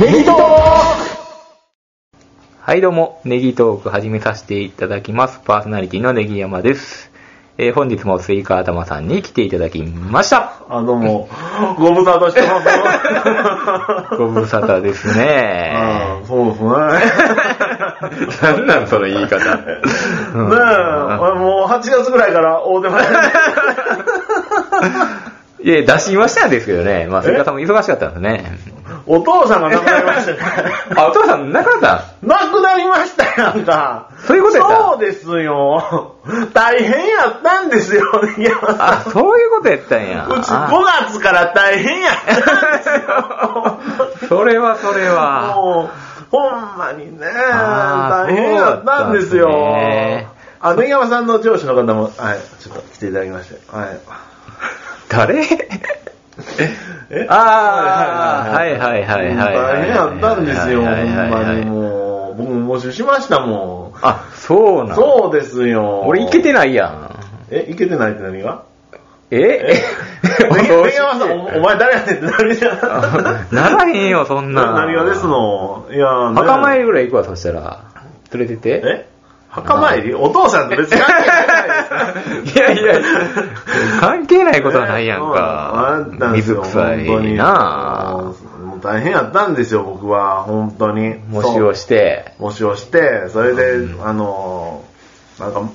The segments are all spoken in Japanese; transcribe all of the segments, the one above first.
ネギトーはい、どうも、ネギトーク始めさせていただきます。パーソナリティのネギ山です。えー本日もスイカ頭さんに来ていただきました。あ、どう も。ご無沙汰してますご無沙汰ですね。 うん、そうです ね。なんなんその言い方。ねえ、もう8月ぐらいから大手前 に。いや、出しましたんですけどね。まあ、スイカさんも忙しかったんですね。お父さんが亡くなりました ね。あ、お父さん、なかった亡くなりましたよ、なんか。そういうことやったそうですよ。大変やったんですよ、ネギ山さんあ、そういうことやったんや。うちあ5月から大変やったんです よ。それはそれは。もう、ほんまにね、あー大変だったんですよそうだったんですね。あ、根山さんの上司の方も、はい、ちょっと来ていただきまして、はい。 誰えあーはいはいはいはい大変やったんですよ、ほはいんはいはいまはいにもう。僕も募集しましたも。あ、そうなんのそうですよ。俺、いけてないやん。え、いけてないって何が え根山さん、おお前誰やねんって何がならへんよ、そんな。何がですのいやーね墓参りぐらい行くわ、そしたら。連れてって。え墓参りお父さんと別に関係ないですねいやいや、関係ないことはないやんかねあ。水臭いな本当にもう大変やったんですよ、僕は。本当に。模試をしして。模試をして、それで、あの、なんか、ね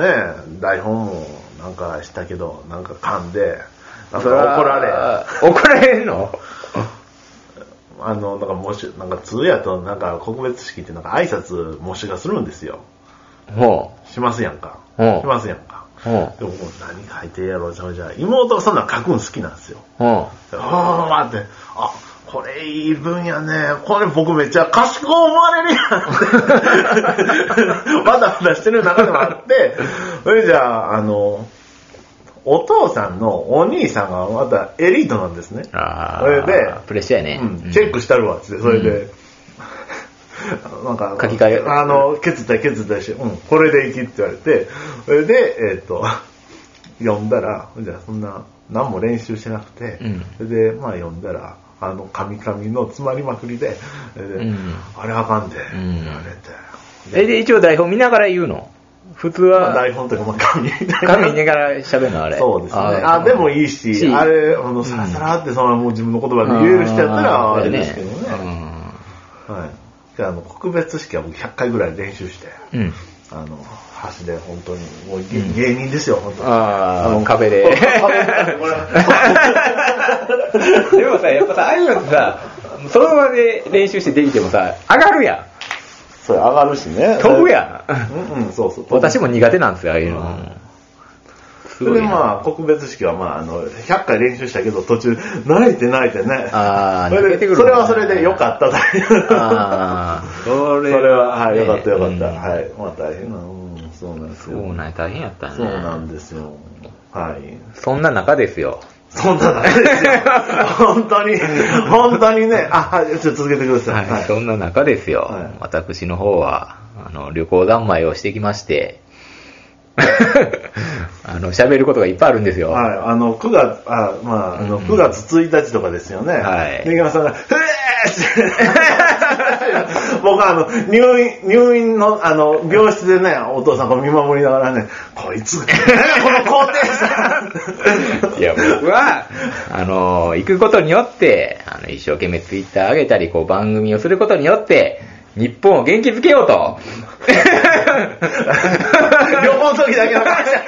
え、台本もなんかしたけど、なんか噛んで、なんかそは怒られ、。怒られんのあの、なんか模試、なんか通夜となんか告別式ってなんか挨拶模試がするんですよ。もしますやんか。うんしますやんか。う。もでももう何書いてやろうじゃあじゃあ妹はそんなん書くん好きなんですよ。う。もおー待って、あ、これいい文やね。これ僕めっちゃ賢い思われるやんって。わ ざわざしてる中でもあって、それじゃあ、あの、お父さんのお兄さんがまたエリートなんですね。う。あそれであ。プレッシャーやね。うん、チェックしたるわっつって、それで、 なんか、書き換えあの、削ったり削ったりして、うん、これでいきって言われて、それで、えっ、と、読んだら、じゃあそんな、何も練習してなくて、うんそれで、まあ読んだら、あの、カミカミの詰まりまくりで、それでうんあれあかんで、ん言われて、え、で、一応台本見ながら言うの普通まあ、は、台本とか、まあ、紙みたいな紙見ながら喋るのあれ。 そうですね。ーあ、でもいいし、あれ、あの、さらさらってそのもう自分の言葉で言える人やったら、あれですけどね。はい。で、あの、告別式は僕100回ぐらい練習して、うん。うん。あの、橋で本当に、もう芸芸人ですよ、本当に。ああ、壁で。これ でもさ、やっぱさ、ああいうのってさ、その場で練習してできてもさ、上がるや それ上がるしねん。飛ぶや。うんん、うん、そうそう。私も苦手なんですよ、ああいうの。すそれごいでなまあ、告別式はまあ、あの、100回練習したけど、途中、慣れて慣れてね。あーそれ慣れてでくるそれはそれで良かっただあーそそれはねれは、はい、良かった良かった。うんはい。まあ、大変な、うん、そうなんですそよ。うなんや大変やったね。そうなんですよ。はい。そんな中ですよ。そんな中ですよ。本当に、本当にね、あ、はい、ちょっと続けてください。は、はいい。そんな中ですよ。はい私の方は、あの、旅行三昧をしてきまして、 あの、喋ることがいっぱいあるんですよ。はい、あの、9月、あ、まあ、あの、9月1日とかですよね。はいで、池さんが、ふえーって。僕はあの、入院、入院の、あの、病室でね、お父さんが見守りながらね、こいつ、 なんだこの皇帝さんいや、 僕は、あの、行くことによって、あの、一生懸命ツイッター上げたり、こう、番組をすることによって、日本を元気づけよう と。旅行の時だけの話だ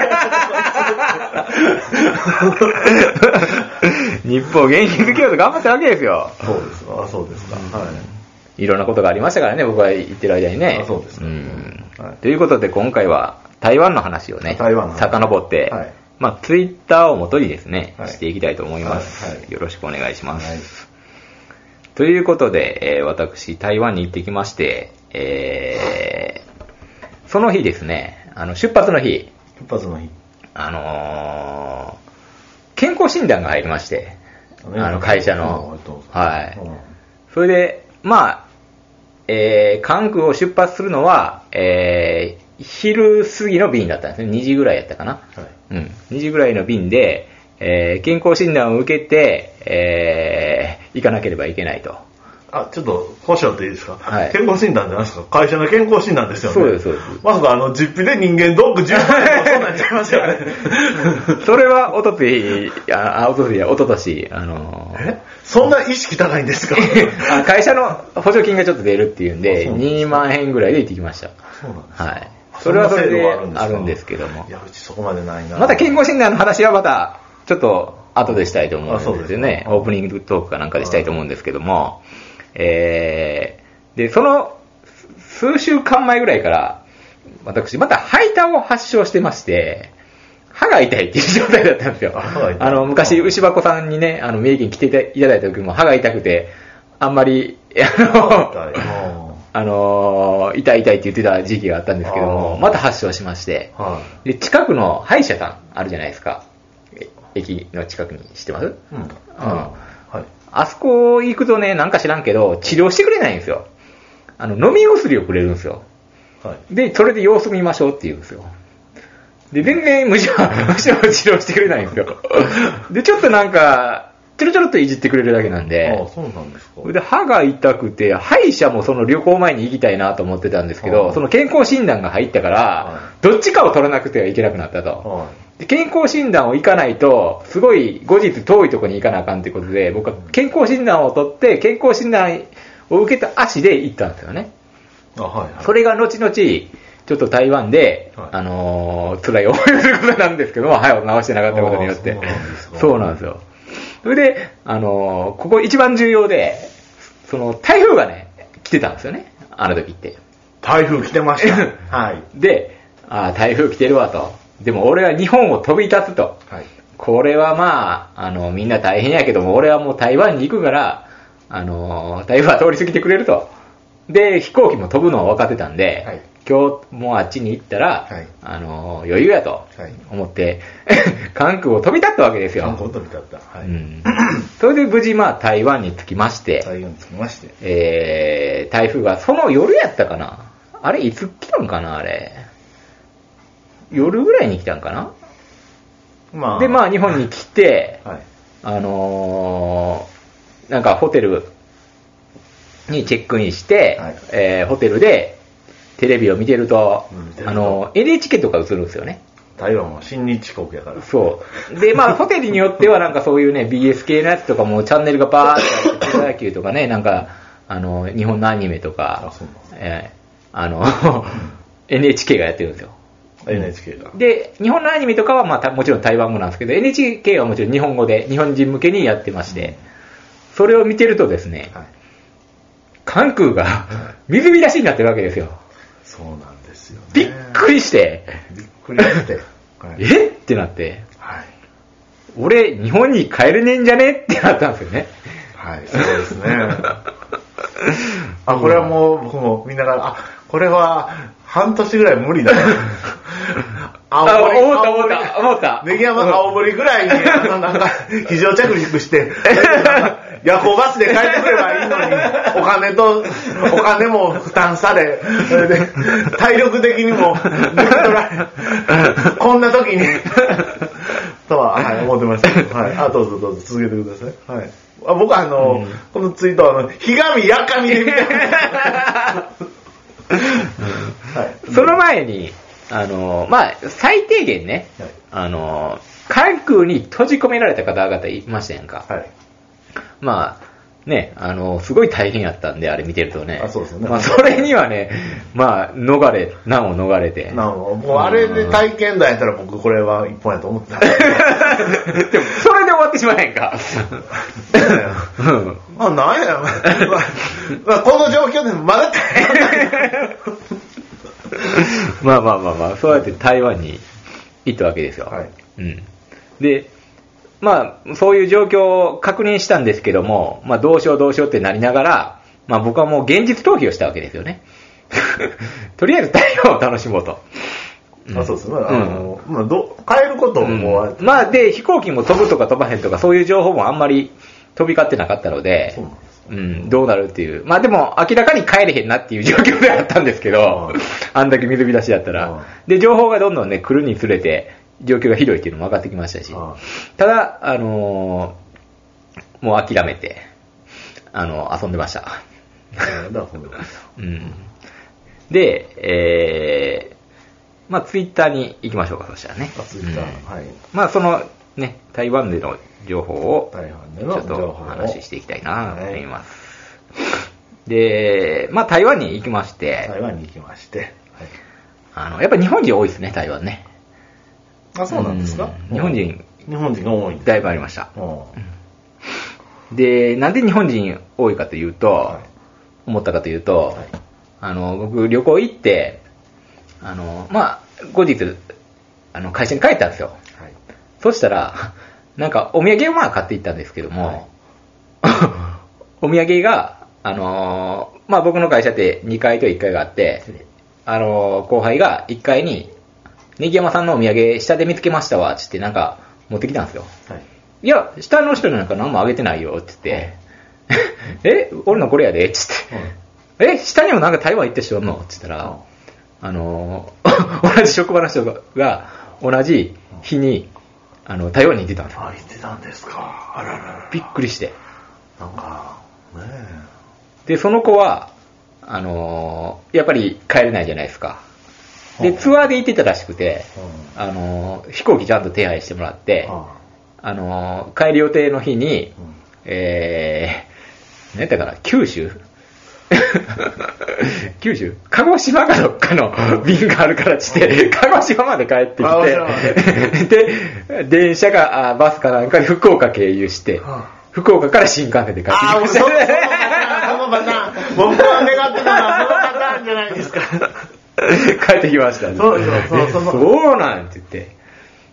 日本を元気づけようと頑張ったわけですよ。 そうですか、あそうですか。はい。いろんなことがありましたからね、僕は行ってる間にね。あそうですねんはいということで、今回は台湾の話をね、台湾の話遡って、はいまあ、ツイッターをもとにですね、はいしていきたいと思います、はいはいよろしくお願いします。はいということで、えー私、台湾に行ってきまして、えーその日ですね、あの出発の日、一発の日。あのー健康診断が入りまして、あの会社の、はい。それで、まあ、えー、関空を出発するのは、えー、昼過ぎの便だったんですね。2時ぐらいやったかな。はいうん。2時ぐらいの便で、えー、健康診断を受けて、えー、行かなければいけないと。あ、ちょっと、保証っていいですか、はい健康診断じゃないですか会社の健康診断ですよね。そうですそうですまさかあの、実費で人間ドック10回 もそうなっちゃいますよね。それは、おとつい、あ、あおとついや、おととし、あのーえそんな意識高いんですかあ会社の補助金がちょっと出るっていうんあで、そうなんです2万円ぐらいで行ってきました。そうなんですかはい。それはそれでんな制度があるんですけどもい。や、うちそこまでないな。また健康診断の話はまた、ちょっと後でしたいと思うんですよあそうでねす。かオープニングトークかなんかでしたいと思うんですけども、えー、で、その、す数週間前ぐらいから、私、また肺痰を発症してまして、歯が痛いっていう状態だったんですよ。あ歯が痛いあの、昔、牛箱さんにね、あの、三重県来ていたいただいた時も歯が痛くて、あんまり、 あの、はあのー痛い痛いって言ってた時期があったんですけども、あーまた発症しまして、い。で、近くの歯医者さんあるじゃないですか。え駅の近くに知ってます、うん。うん。はい。あそこ行くとね、なんか知らんけど、治療してくれないんですよ。あの、飲み薬をくれるんですよ。はい。で、それで様子見ましょうって言うんですよ。で、全然無視は、無視は治療してくれないんですよ。で、ちょっとなんか、ちょろちょろっといじってくれるだけなんで。ああ、そうなんですか。で、歯が痛くて、歯医者もその旅行前に行きたいなと思ってたんですけはど、いその健康診断が入ったからは、どっちかを取らなくてはいけなくなったと。はで健康診断を行かないと、すごい後日遠いとこに行かなあかんということで、僕は健康診断を取って、健康診断を受けた足で行ったんですよね。い。あ、はい、はい。それが後々、ちょっと台湾で、はいあのー辛い思いをすることなんですけども、歯を治してなかったことによってあーそうなんです。かそうなんですよ。それで、あのーここ一番重要で、その、台風がね、来てたんですよね。あの時って。台風来てました。はい。で、あー台風来てるわと。でも俺は日本を飛び立つと。はい。これはまあ、あの、みんな大変やけども、俺はもう台湾に行くから、あの、台風は通り過ぎてくれると。で、飛行機も飛ぶのは分かってたんで、はい今日もうあっちに行ったら、はいあの、余裕やとはい思って、 関空を飛び立ったわけですよ。観光と見たった。はうい。ん、 それで無事まあ台湾に着きまして、台風に着きまして。えー、台風が、その夜やったかなあれ、いつ来たんかなあれ。夜ぐらいに来たんかなまで、まあ、日本に来て、はい。あのーなんかホテルにチェックインして、はいえーホテルでテレビを見てると、うん見てるとあのー NHK とか映るんですよね。台湾は親日国やから。そう。で、まあ、ホテルによってはなんかそういうね、BS 系のやつとかもチャンネルがバーってあって、プロ野球とかね、なんか、あのー日本のアニメとあかそうなんです、えーあの、NHK がやってるんですよ。 NHK が。で、日本のアニメとかは、まあた、もちろん台湾語なんですけど、NHK はもちろん日本語で、日本人向けにやってまして、それを見てるとですね、はい。関空が 水浸しになってるわけですよ。そうなんですよね。びっくりして、びっくりして。はい。 えってなって、はい。俺、日本に帰れねえんじゃねってなったんですよね。はい、そうです ね。あ、これはもう、僕もみんながら、あ、これは、半年ぐらい無理だな。 あ思った思った思ったネギ山青森ぐらいに、あのなんか、非常着 陸して、夜行バスで帰ってくればいいのに、お金と、お金も負担され、それで、体力的にも抜き取られ、 こんな時に、とは、はい、思ってましたけど、はい。あ、どうぞどうぞ、続けてください。はい。あ僕はあの、このツイートはあの、ひがみやかみで見た。はい。その前に、あの、まあ、最低限ねはい、あの、関空に閉じ込められた方々いましたやんか。はい。まあ、ね、あの、すごい大変やったんで、あれ見てるとね。あそうですよねまあ、それにはね、まあ、逃れ、難を逃れて。なお、もうあれで体験談やったら僕これは一本やと思ってた。 でも、それで終わってしまえんか。うんあ、なんや、まあまあ、この状況でまだ まあまあまあまあ、そうやって台湾に行ったわけですよ。はいうん。で、まあ、そういう状況を確認したんですけども、まあ、どうしようどうしようってなりながら、まあ僕はもう現実逃避をしたわけですよね。 とりあえず台湾を楽しもうと。んあそうですね。あの、まあ、ど変えることもあれ、まあで、飛行機も飛ぶとか飛ばへんとか、そういう情報もあんまり飛び交ってなかったのでそうなんです、うん、どうなるっていう。まあでも、明らかに帰れへんなっていう状況ではあったんですけどうん、あんだけ水浸しだったうんら。で、情報がどんどんね、来るにつれて、状況がひどいっていうのも分かってきましたしうん、ただ、あのーもう諦めて、あの、遊んでました。うんだからそんな感じうん。で、えー、まあツイッターに行きましょうか、そしたらね。あ、ツイッター、うんはい。まあその、ね、台湾での情報を、大半でちのょっ情と報を話していきたいなと思います。で、まあ台湾に行きまして、台湾に行きまして。はい。あの、やっぱ日本人多いですね、台湾ね。あ、そうなんですかうん日本。人、日本人が多いんです。だいぶありました。うんで、なんで日本人多いかというと、はい思ったかというと、はいあの、僕旅行行って、あの、まあ、後日、あの、会社に帰ったんですよ。はい。そしたら、 なんかお土産をまあ買って行ったんですけども、 お土産が、あのーまあ僕の会社って2階と1階があって、あのー後輩が1階に、ネギ山さんのお土産下で見つけましたわ、つってなんか持ってきたんですよ。はい。いや、下の人なんか何もあげてないよ、つって。 え、俺のこれやで、つって。え、下にもなんか台湾行ってしょんのつったら、あのー 同じ職場の人が、同じ日に、あの、台湾に行ってたんですよ。あ、行ってたんですか。あららら。びっくりして。なんか、ねで、その子は、あのーやっぱり帰れないじゃないですか。で、はあツアーで行ってたらしくて、え。あのー飛行機ちゃんと手配してもらって、ああのー帰る予定の日に、うんえー、何やったかな、九州 九州鹿児島かどっかの便があるからして、鹿児島まで帰って鹿児島まきて、 で、電車か、あバスかなんかで福岡経由してはあ、福岡から新幹線で帰ってきあー、もまうしそそのパタた。ーン、そのパターン。僕は願ってたのはそのパターンじゃない ですか。帰ってきましたね。そうそうそうえそのそうなんて言って。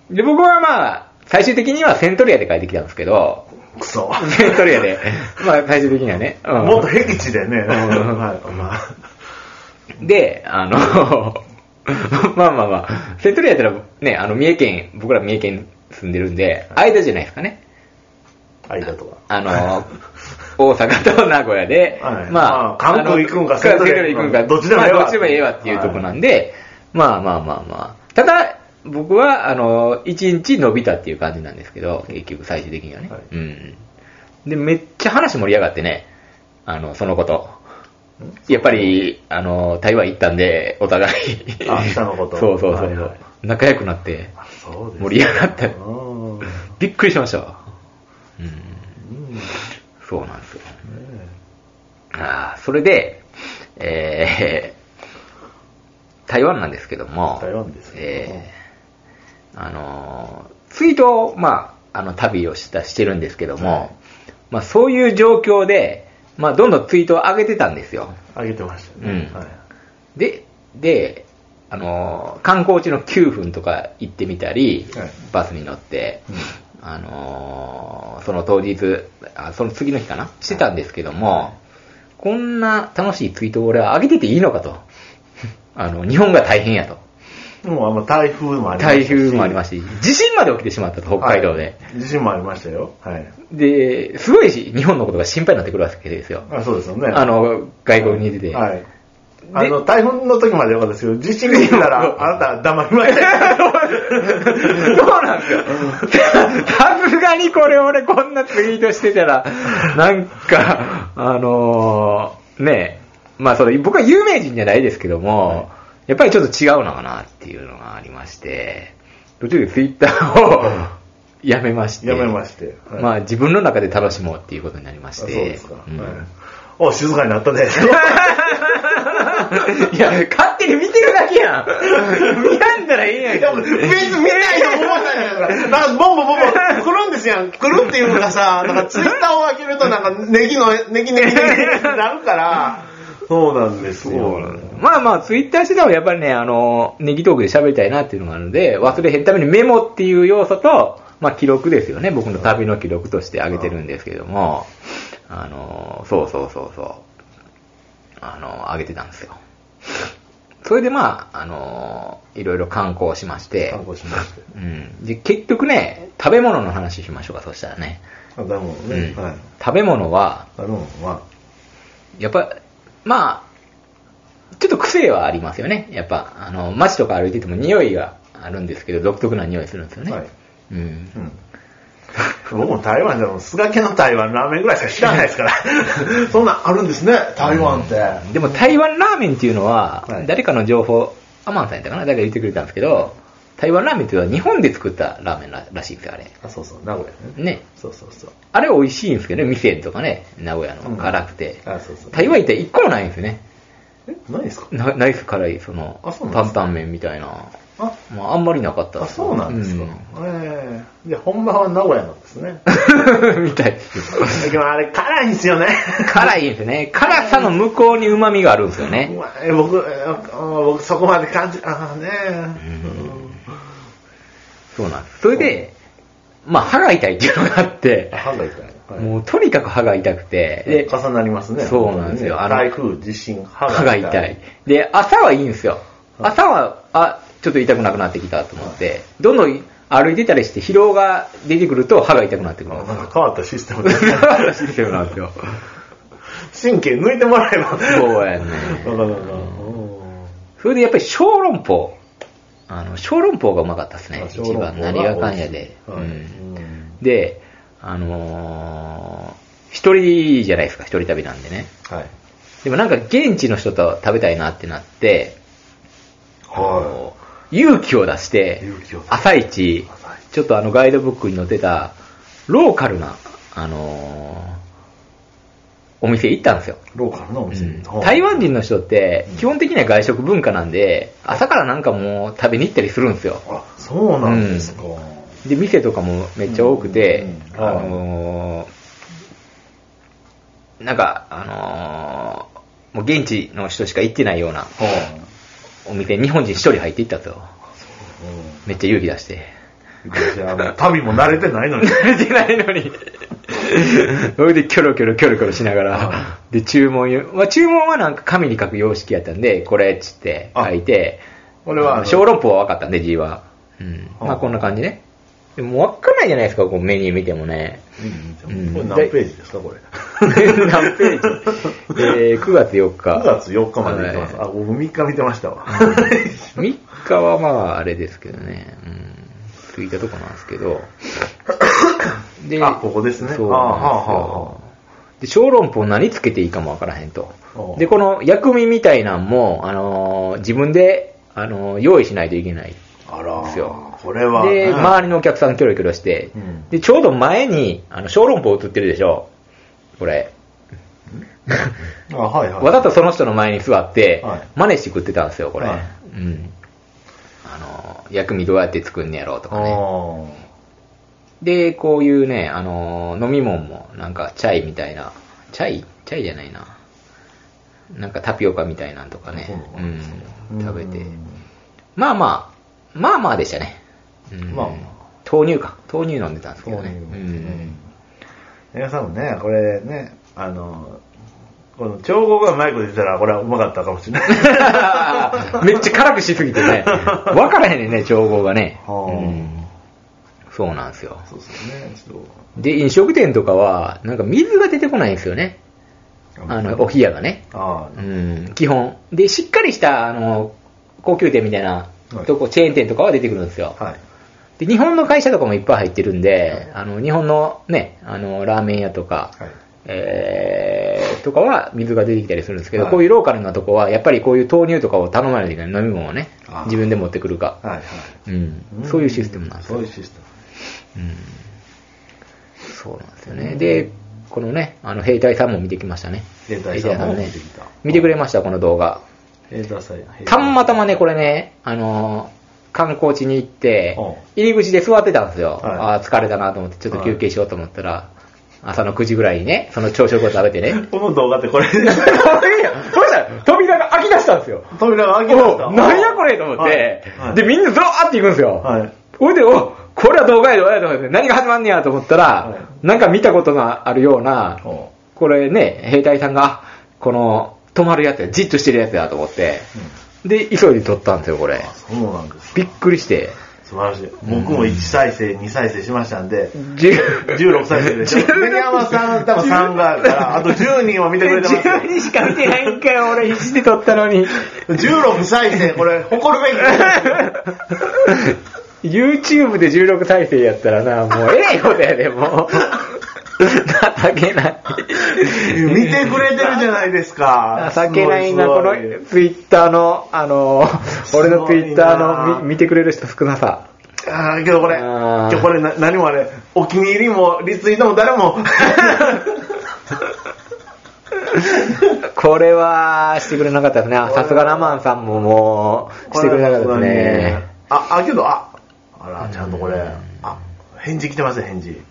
で、僕はまあ、最終的にはセントリアで帰ってきたんですけど、くそ。セントリア で、まあ最終的にはね。うんもっと僻地でね。んはい。まあ。で、あの、 まあまあまあ、セントリアやったらね、あの、三重県、僕ら三重県住んでるんで、間じゃないですかね。間とか。あ の、大阪と名古屋で、はいまあ、まあ韓国行くんかあのセセンントトリリアア行行くくんんかか、どっちでもええわまあどっちでもええわっていうとこなんで、まあまあまあまあ。ただ、僕は、あの、一日伸びたっていう感じなんですけど、結局最終的にはね。はいうん。で、めっちゃ話盛り上がってね、あの、そのこと。やっぱり、あの、台湾行ったんで、お互い。あ下のことそうそうそう。はいはい仲良くなって、あそうですか盛り上がったようんうんびっくりしましたわ。うん。そうなんですよ。ねあーそれで、えー、台湾なんですけども、台湾ですけどもえーあのー、ツイートを、まあ、あの、旅をした、してるんですけども、はいまあ、そういう状況で、まあ、どんどんツイートを上げてたんですよ。あげてましたね。うんはい。で、で、あのー観光地の9分とか行ってみたり、はいバスに乗って、あのーその当日あ、その次の日かなしてたんですけども、こんな楽しいツイートを俺は上げてていいのか と。あの、日本が大変やと。もうあんま台風もありました台風もありまししたし、地震まで起きてしまったと、北た海道で。。地震もありましたよ。はい。で、すごいし、日本のことが心配になってくるわけですよ。あ、そうですよね。あの、外国に出て。はい。あの、台風の時までよかったですけど、地震が来た ら、あなた黙りましそうなんですよ。さすがにこれ俺こんなツイートしてたら、なんか、あのーねえ、まあそれ僕は有名人じゃないですけども、やっぱりちょっと違うのかなっていうのがありまして、途中でツイッターをやめまして、やめましてはいまあ自分の中で楽しもうっていうことになりましてそう、ですか。はうんいお、静かになったね。いや、勝手に見てるだけやん。見たんだらええやんいや、別に見ないと思わないから。なんか、ボンボンボンボン、来るんですやん。来るっていうのがさ、なんか、ツイッターを開けると、なんか、ネギの、ネギネギネギってなるから。そうなんですよ。まあまあ、ツイッターしてたらやっぱりね、あの、ネギトークで喋りたいなっていうのがあるので、忘れへんためにメモっていう要素と、まあ記録ですよね。僕の旅の記録として挙げてるんですけども、あの、そうそうそうそう。あの、挙げてたんですよ。それでまあ、あの、いろいろ観光しまして、参考しまして。うん。で、結局ね、食べ物の話しましょうか、そしたらね。あ、だもんうねん。はい。食べ物は、だもんは、やっぱ、まあ、ちょっと癖はありますよね。やっぱ、あの、街とか歩いてても匂いがあるんですけど、独特な匂いするんですよね。はい。うん。うん。僕も台湾でも、すがけの台湾ラーメンぐらいしか知らないですから。 そんなんあるんですね、台湾って。でも台湾ラーメンっていうのははい、誰かの情報、アマンさんやったかな誰か言ってくれたんですけど、台湾ラーメンっていうのは日本で作ったラーメンららしいんですよ、あれ。あ、そうそう、名古屋ね。ね。そうそうそう。あれ美味しいんですけどね、店とかね、名古屋うのん辛くて。あ、そうそう。台湾行ったら一個もないんですよね。え、ないですかなないです、辛い、そのあそう、なんで担す々麺みたいな。あ、まあ、あんまりなかったあそうなんですか。うええじゃあ、本場は名古屋なんですね。んみたい です。でもあれ、辛いんですよね。辛いんですね。辛さの向こうに旨味があるんですよね。え僕、えあ僕そこまで感じ、ああねそうなんです。それで、まあ、歯が痛いっていうのがあってえ。、歯が痛い。はいもうとにかく歯が痛くて、で、重なりますね。そうなんですよ本当にねあの台風、地震、歯歯が痛い。。で、朝はいいんですよ。はい朝は、あ、ちょっと痛くなくなってきたと思って、どんどん歩いてたりして疲労が出てくると歯が痛くなってくるなんんですよ。か変わったシステムで すね。システムなんですよ。神経抜いてもらえば。そう やねわかるわかるうん それでやっぱり小籠包。あの、小籠包がうまかったですね。小一籠包番何がかんやで。はういんで、あのー一人じゃないですか、一人旅なんでね。はい。でもなんか現地の人と食べたいなってなって、は勇気を出して勇気を出、す朝一朝一、ちょっとあのガイドブックに載ってた、ローカルな、あのーお店行ったんですよ。い。ローカルのお店。はい台湾人の人ってうん、基本的には外食文化なんで、朝からなんかもう食べに行ったりするんですよ。あ、そうなんですか。で、店とかもめっちゃ多くうてん、うんあのーなんか、あのーもう現地の人しか行ってないようなはい。お店に日本人一人入っていったんですよ。めっちゃ勇気出して。 うんじゃあもう旅も慣れてないのに。慣れてないのに。それでキョロキョロキョロキョロしながら、で、注文よ、まあ、注文はなんか紙に書く様式やったんで、これっつって書いて、これはあの小籠包は分かったんで、G は。うん。まああ、こんな感じね。でも分かんないじゃないですか、こうメニュー見てもね。うんこれ何ページですか、これ。 何ページえー、9月4日。 9月4日まで行ってます。はいあ、僕3日見てましたわ。 3日はまあ、あれですけどね。うん。過ぎたとこなんですけ ど。 であここですねそうあなんですはあはあはよ。で、小籠包何つけていいかもわからへんとお。うで、この薬味みたいなんも、あのー自分で、あのー用意しないといけない。あらですよこれは。で、ね周りのお客さんキョロキョロして、うんで、ちょうど前に、あの、小籠包映ってるでしょ。これ。あ、はいはい。わざとその人の前に座って、はい真似して食ってたんですよ、これ。はいうん。あの、薬味どうやって作んねやろうとあかね。ーで、こういうね、あの、飲み物も、なんか、チャイみたいな。チャイチャイじゃないな。なんかタピオカみたいなんとかね。そううなんんですね。食べてう。んまあまあ、まあまあでしたね。うんまあま豆乳か。豆乳飲んでたんですけそうどね。ね。ううんん。皆さんもね、これね、あの、この調合がうまいこと言ったら、これはうまかったかも しれない。めっちゃ辛くしすぎてね。わからへんねんね、調合がね。はあうんそうなんですよ。そうですね、ちょっで、飲食店とかは、なんか水が出てこないんですよね。と。あの、お冷やがね。あうーん、基本。で、しっかりした、あの、高級店みたいなはいとこ、チェーン店とかは出てくるんですよ。はで、い。日本の会社とかもいっぱい入ってるんで、あの、日本のね、あの、ラーメン屋とか、はい。えー、とかは水が出てきたりするんですけど、はいこういうローカルなとこは、やっぱりこういう豆乳とかを頼まないといけない飲み物をねあ、自分で持ってくるか。はいはい。うん、そういうシステムなんですそうよいう。システム。うんそうなんですよね。で、このね、あの兵隊さんも見てきましたね。兵隊さんも兵見てきた見てくれました、この動画。えーダサいなたまたまね、これね、あのー観光地に行ってうん、入り口で座ってたんですよ。はいああ、疲れたなと思って、ちょっと休憩しようと思ったら、朝の9時ぐらいにね、その朝食を食べ てね。この動画ってこれ、あれやんそしたら扉が開き出したんですよ。扉が開きました。おなんやこれと思って、はいはいで、みんなゾワーって行くんですよ。はいほいで、おこれは動画やで、おやと思って、何が始まんねやと思ったら、はなんか見たことのあるような、おうこれね、兵隊さんが、この、止まるやつや、じっとしてるやつやと思って、で、急いで撮ったんですよ、これあ。そうなんです。びっくりして、素晴らしい。僕も1再生、2再生しましたんで、十16再生でしょ。根山さん、多分3があるから、あと10人は見てくれてますよ。 12しか見てないんかよ、俺必死で撮ったのに。 16再生、これ、誇るべき。 YouTube で16体制やったらな、もうええことやで、もう。情けない。見てくれてるじゃないですか。情けないな、すこごのいすごい Twitter の、あの、俺のすごい Twitter なのみ見てくれる人少なさ。あーけどこれ、あー今日これな何もあれ、お気に入りもリツイートも誰も。これは、してくれなかったですね。あさすがラマンさんももう、してくれなかったですね。あ、あ、けど、あ、あら、ちゃんとこれ、あ、返事来てますね、返事。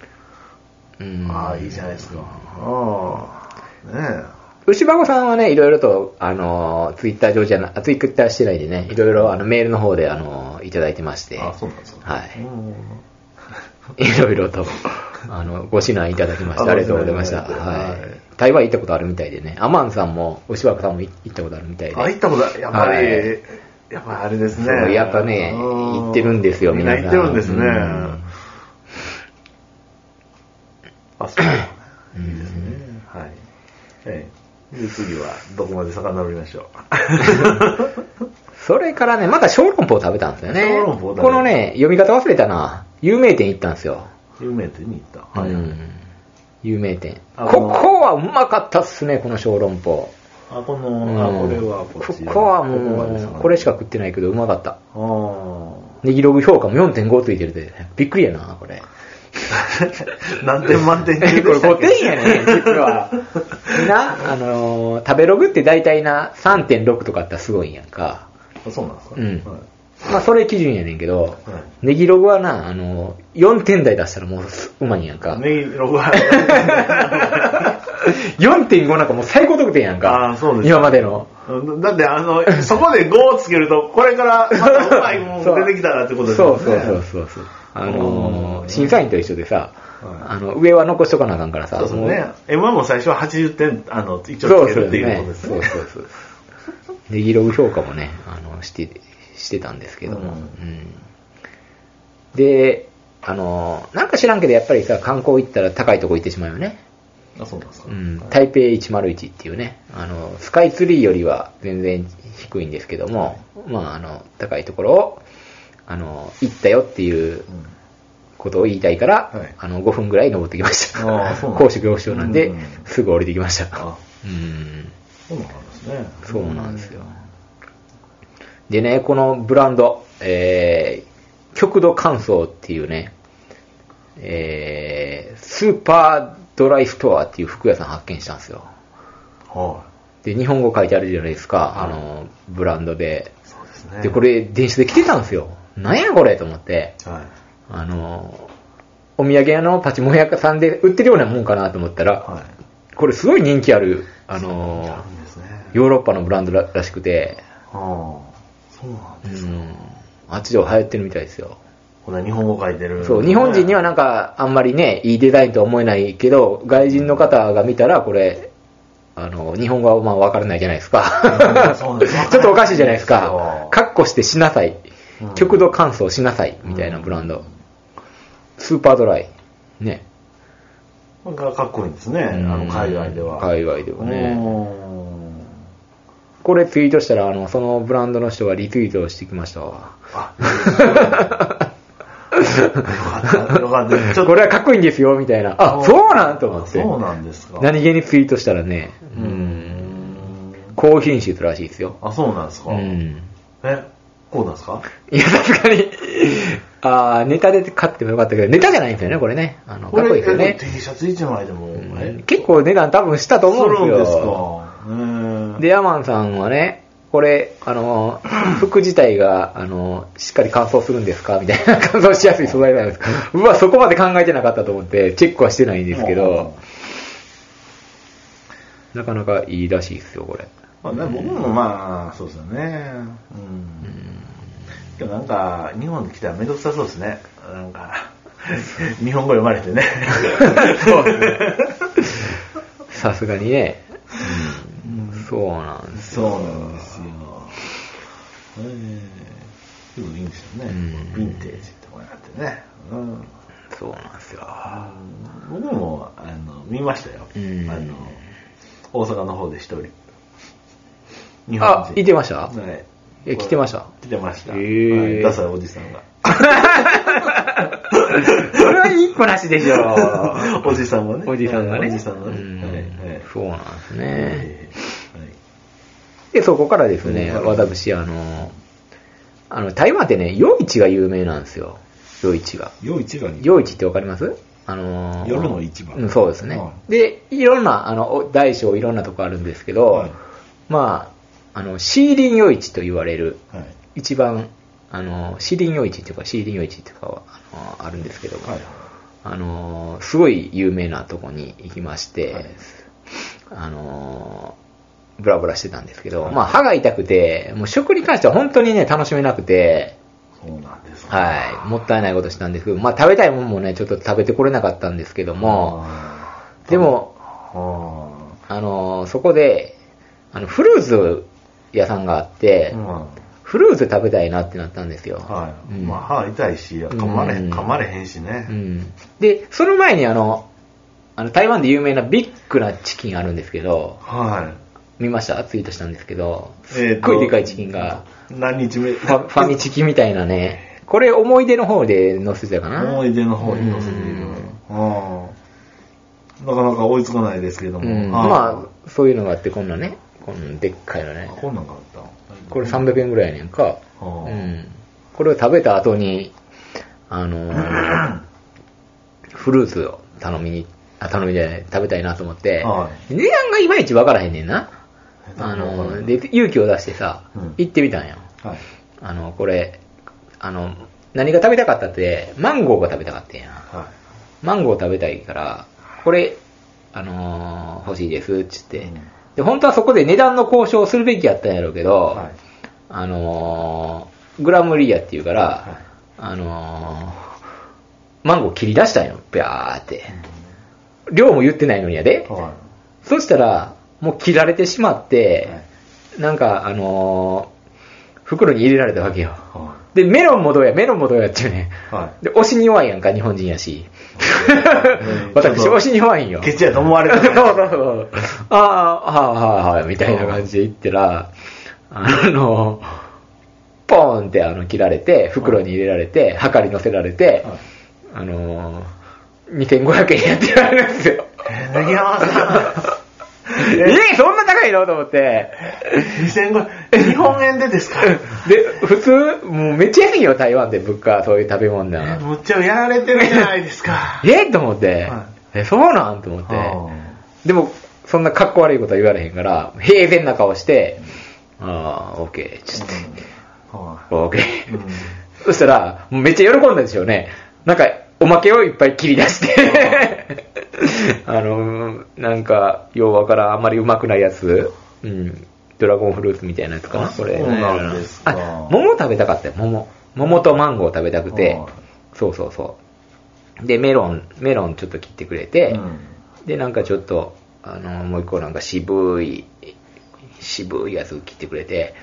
うんああ、いいじゃないですか。ああ、ね牛箱さんはね、いろいろと、あの、ツイッター上じゃな、ツイッター次第でね、いろいろ、あの、メールの方で、あの、いただいてまして。え。あ、そうなんですか。はうい。んいろいろと、あの、ご指南いただきまして、あありがとうございました。ご指南いただはい。てはい台湾行ったことあるみたいでね、アマンさんも、牛箱さんも行ったことあるみたいで。あ、行ったことあるやっぱり、はいやっぱりあれですねそう。やっぱねうん行ってるんですよみんな行皆っさてんるんですね。うんあ、そう。いいですね。はい。ええで次は、どこまで遡りましょう。 それからね、また小籠包食べたんですよね。小籠包食べたこのね、読み方忘れたな。有名店行ったんですよ。有名店に行った。うん有名店。あこのこはうまかったっすね、この小籠包。あ、こうの、あ、んこれはこっち。ここはここまでも遡う、るこれしか。食ってないけど、うまかった。 あネギログ評価も4.5ついてるで、びっくりやな、こ れ。あ。何点満点中でえこれしたっ5け点やね、 実は。な、あのー食べログって大体な、3.6とかあったらすごいんやんか。あそうなんですか。うんはいまあ、それ基準やねんけど、はいネギログはな、あのー4点台出したらもうすうまいんやん か。ネギログ は。 4.5なんかもう最高得点やんか。あーそうです今までの。うんだってあの、 そこで5をつけると、これから またうまいもん出てきたらってことですそようね。そうそうそうそう。あのうーん審査員と一緒でさ、はいあの、上は残しとかなあかんからさ、そうですもうね。M1 も最初は80点、あの、一そ応うでつけするっていうねことですそうね。そうそう。ネギログ評価もね、あの、して、してたんですけども。うんうんで、あの、なんか知らんけど、やっぱりさ、観光行ったら高いとこ行ってしまうよね。あ、そうなんですかうん、台北101っていうね、あの、スカイツリーよりは全然低いんですけども、まあ、あの、高いところを、あの、行ったよっていううんことを言いたいから、はいあの、5分ぐらい登ってきました。ああそうなん だ高所恐怖症なんで、うんうんすぐ降りてきましたあ。、うん。そうなんですね。そうなんですよ。でね、このブランド、えー、極度乾燥っていうね、えー、スーパードライストアっていう服屋さん発見したんですよ。はで、日本語書いてあるじゃないですか、はあいの、ブランドで。い。そうですね。で、これ、電車で来てたんですよ。なんやこれと思って、はい。あの、お土産屋の立ち物屋さんで売ってるようなもんかなと思ったら、はい。これすごい人気ある、ああのる、んですね。ヨーロッパのブランドららしくて、ああ、そううなんですか。ん、あっちでは流行ってるみたいですよ。これ日本語書いてる。そう、日本人にはねなんか、あんまりね、いいデザインとは思えないけど、外人の方が見たら、これ、あの、日本語はまあ分からないじゃないですか。そうです ねちょっとおかしいじゃないですそか。うカッコしてしなさいうん。極度乾燥しなさい。みたいなブランド。スーパードライ。ね。これがかっこいいんですね。あうの、ん海外では。海外ではね。ね。これツイートしたら、あの、そのブランドの人がリツイートしてきましたわ。あ、よかった、よかった。ちょっとこれはかっこいいんですよ、みたいな。あ、そうなんと思って。あそうなんですか。何気にツイートしたらね、ううんん、高品質らしいですよ。あ、そうなんですか。うん。え、こうなんですかいや、さすがに、 あーネタで買ってもよかったけど、ネタじゃないんですよね、これね。あの、こかっこいいでれ、すよね、ね T シャツ1枚でも、うん。え結構値段多分したと思うんですよ。するんですか。で、ヤマンさんはね、これ、あ の、服自体が、あの、しっかり乾燥するんですかみたいな、乾燥しやすい素材なんですか。うわ、そこまで考えてなかったと思って、チェックはしてないんでですけど、なかなかいいらしいですよ、これ。まあ、でも僕もまあ、そうですよね。うん。でもなんか、日本に来たらめんどくさそうですね。なんか、日本語読まれてね。さすがにね、うんそうなんです。そうなんですよ。ええでもいいんですよね。うんヴィンテージってこうやってね。うん。そうなんですよ。僕も、あの、見ましたよ。うんあの、大阪の方で一人。日あ、いてましたはい。え、来てました。来てました。へーはいダサいおじさんが。それはいい子なしでしょ。 おじさんはね。 おじさんがね。おじさんがね。はいはいそうなんですね。えで、そこからですね、うん私、あの、あの、台湾ってね、夜市が有名なんですよ。夜市が。ー夜一番に。夜市ってわかりますあのー夜の市場うんそうですね。はで、いろんな、あの、お大小いろんなとこあるんですけど、はいまあ、あの、シーリン夜市と言われる、はい。一番、あの、シーリン夜市っていうか、シーリン夜市っていうかは、あのあるんですけども、はい。あのーすごい有名なとこに行きまして、はいあのーブラブラしてたんですけど、まあ歯が痛くて、もう食に関しては本当にね、楽しめなくて、そうなんですねはい、もったいないことしたんですけど、まあ食べたいもんもね、ちょっと食べてこれなかったんですけども、あーでも、はあのーそこで、あの、フルーツ屋さんがあって、あ。うん。はフルーツ食べたいなってなったんですよ。い。うんまあ、歯痛いし、噛まれ、うん噛まれへんしうね。ん。で、その前にあの、あの台湾で有名なビッグなチキンあるんですけど、は見ましたツイートしたんですけど、い。すっごいでかいチキンが、えーと。何日目ファファミチキみたいなね、これ思い出の方で載せてたかな。 思い出の方に載せているうん。ああなかなか追いつかないですけども。うんはいまあ、そういうのがあって、こんなね、こんなでっかいのねあ、。こんなんがあったこれ300円ぐらいやねんか。あう あん。これを食べた後に、あのー、 フルーツを頼みに、あ、頼みで食べたいなと思って、は値段がいまいちわからへんねんな。あ値段がわからの、んで、勇気を出してさ、うん行ってみたんよ。はい。あの、これ、あの、何が食べたかったって、マンゴーが食べたかったんやん。はマンゴー食べたいから、これ、あのー欲しいです、っつっい。て。で、本当はそこで値段の交渉をするべきやったんやろうけど、はい。あのーグラムリアっていうから、いあのーマンゴー切り出したんよ、ビャーって。量も言ってないのにやで。はそしたら、もう切られてしまって、はいなんか、あのー袋に入れられたわけよ。い。はで、メロンもどうや、メロンもどうやっていうね。い。はで、推しに弱いやんか、日本人やし。私、推しに弱いんよい。。ケチやと思われそうた そうね。そう。ああ、はいはいはい、みたいな感じで言ったら、あの、ポーンってあの切られて、袋に入れられて、墓に乗せられて、あの、2500円やって言われるんですよ。え、脱ぎ合わ せえ、そんな高いのと思って。 2500、日本円でですかで、普通、もうめっちゃ安いよ、台湾で物価、そういう食べ物えなの。むっちゃやられてるじゃないですか。えと思っては、え、そうなんと思って。でも、そんな格好悪いことは言われへんから、平然な顔して、ああ、オッケー、ちょっと、はオーケい。うー。んそしたら、もうめっちゃ喜んだんですよね。なんか、おまけをいっぱい切り出して、 あの、なんか、ようわからん、あんまりうまくないやつ、うん、ドラゴンフルーツみたいなやつかな、あこれ。そうなんですかあ、桃食べたかったよ、桃。桃とマンゴー食べたくては、そうそうそう。で、メロン、メロンちょっと切ってくれて、うんで、なんかちょっと、あの、もう一個なんか渋い、渋いやつ切ってくれて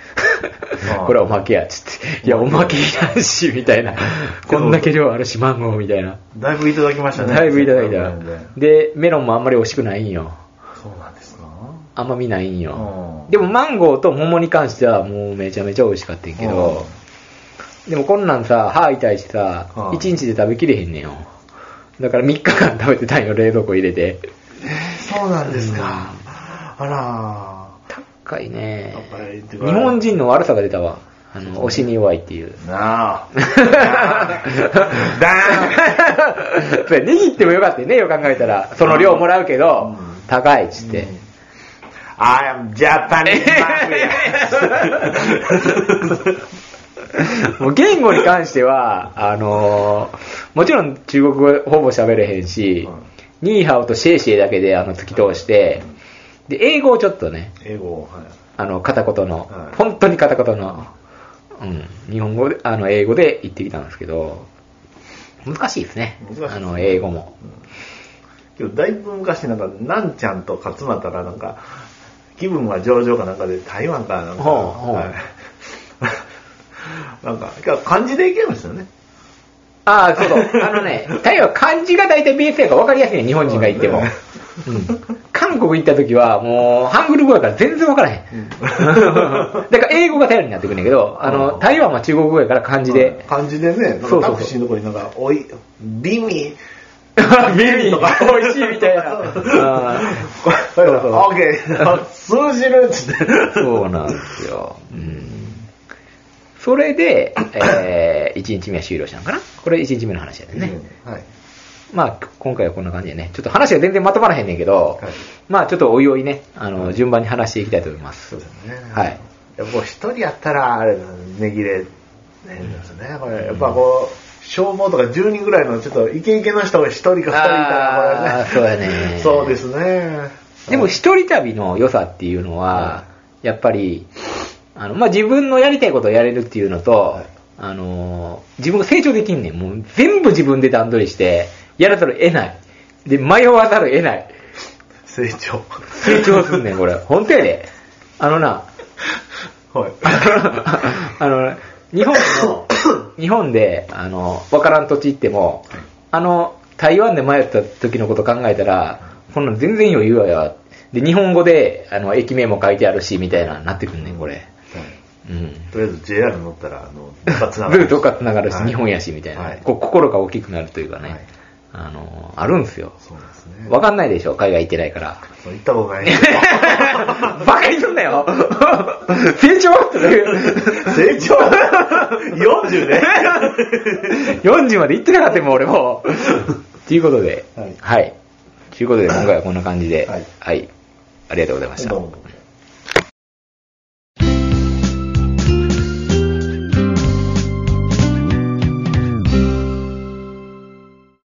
あ、あこれはおまけや、つって。いや、おまけいらんし、みた いな。こんだけ量あるし、マンゴーみたいな。だいぶいただきましたね。だいぶいただい1500円でた。で、メロンもあんまり美味しくないんよ。そうなんですかあんま見ないんよ。うんでも、マンゴーと桃に関しては、もうめちゃめちゃ美味しかったんやけど、でもこんなんさ、歯痛いしさ、ああ1日で食べきれへんねんよ。だから3日間食べてたんよ、冷蔵庫入れて。そうなんですか。あ高いね高いって日言われる本人の悪さが出たわあの推しに弱いって いうらなあ。だそれ握ってもよかったよねよく考えたらその量もらうけど、うん高いっつって、ーん I am Japanese mafia. もう言語に関してはあのーもちろん中国語ほぼ喋れへんし、うんニーハオとシェイシェイだけであの突き通して、で英語をちょっとね英語、はい。あの片言の、はい本当に片言の、うん、日本語であの英語で言ってきたんですけど難しいですね難しいですねあの英語も、今日だいぶ昔なんか、なんちゃんと勝俣がなんか、気分は上々かなんかで台湾かなんか、ほうほうはい なんか、今日漢字でいけるんですよね。ああ、 そうそう。あのね、タイは漢字が大体ベースやから分かりやすいね、日本人が言っても。うん。韓国行った時は、もう、ハングル語やから全然わからへん。 だから英語が頼りになってくるんだけど、あの、台湾は中国語やから漢字で。感じでね、なんそかうそうそうタクシーのとこになんか、おい、ビミ、 ビビンとか美味しいみ たいな。うんこれ、オッケ ー、通じるっつって。そうなんですよ。うん。それで、え1日目は終了したのかなこれ1日目の話やね。うん。はい。まあ、今回はこんな感じでね、ちょっと話が全然まとまらへんねんけど、はいまあ、ちょっとおいおいね、あの、順番に話していきたいと思います。そうですね。はい。やっぱこう一人やったら、あれだ、ねぎれ、ねですね。これ、やっぱこう、消防とか10人ぐらいの、ちょっとイケイケの人が一人か二人いたあーら、こそうやれねそうですね。でも、一人旅の良さっていうのはは、やっぱり、あの、まあ、自分のやりたいことをやれるっていうのと、はいあの、自分が成長できんねん。もう全部自分で段取りして、やらざるを得ない。で、迷わざるを得ない。成長。成長すんねん、これ。本当やで。あのな、 はい。あの、日本 の、日本で、あの、わからん土地行っても、あの、台湾で迷った時のこと考えたら、こんなん全然余裕やわ。で、日本語で、あの、駅名も書いてあるし、みたいな、なってくんねん、これ。うん。とりあえず JR 乗ったら、あの、どっか繋がどる っか繋がるし、はい日本やし、みたいな。はいこう心が大きくなるというかね。はいあの、あるんすよ。そうですね。わかんないでしょ、海外行ってないから。そう行ったことない。 バカにすんなよ成長って 成長 ?40 ね。 40まで行ってなかったもん、俺も。ということで、はいはい。ということで、今回はこんな感じで、ははいい。ありがとうございました。どうも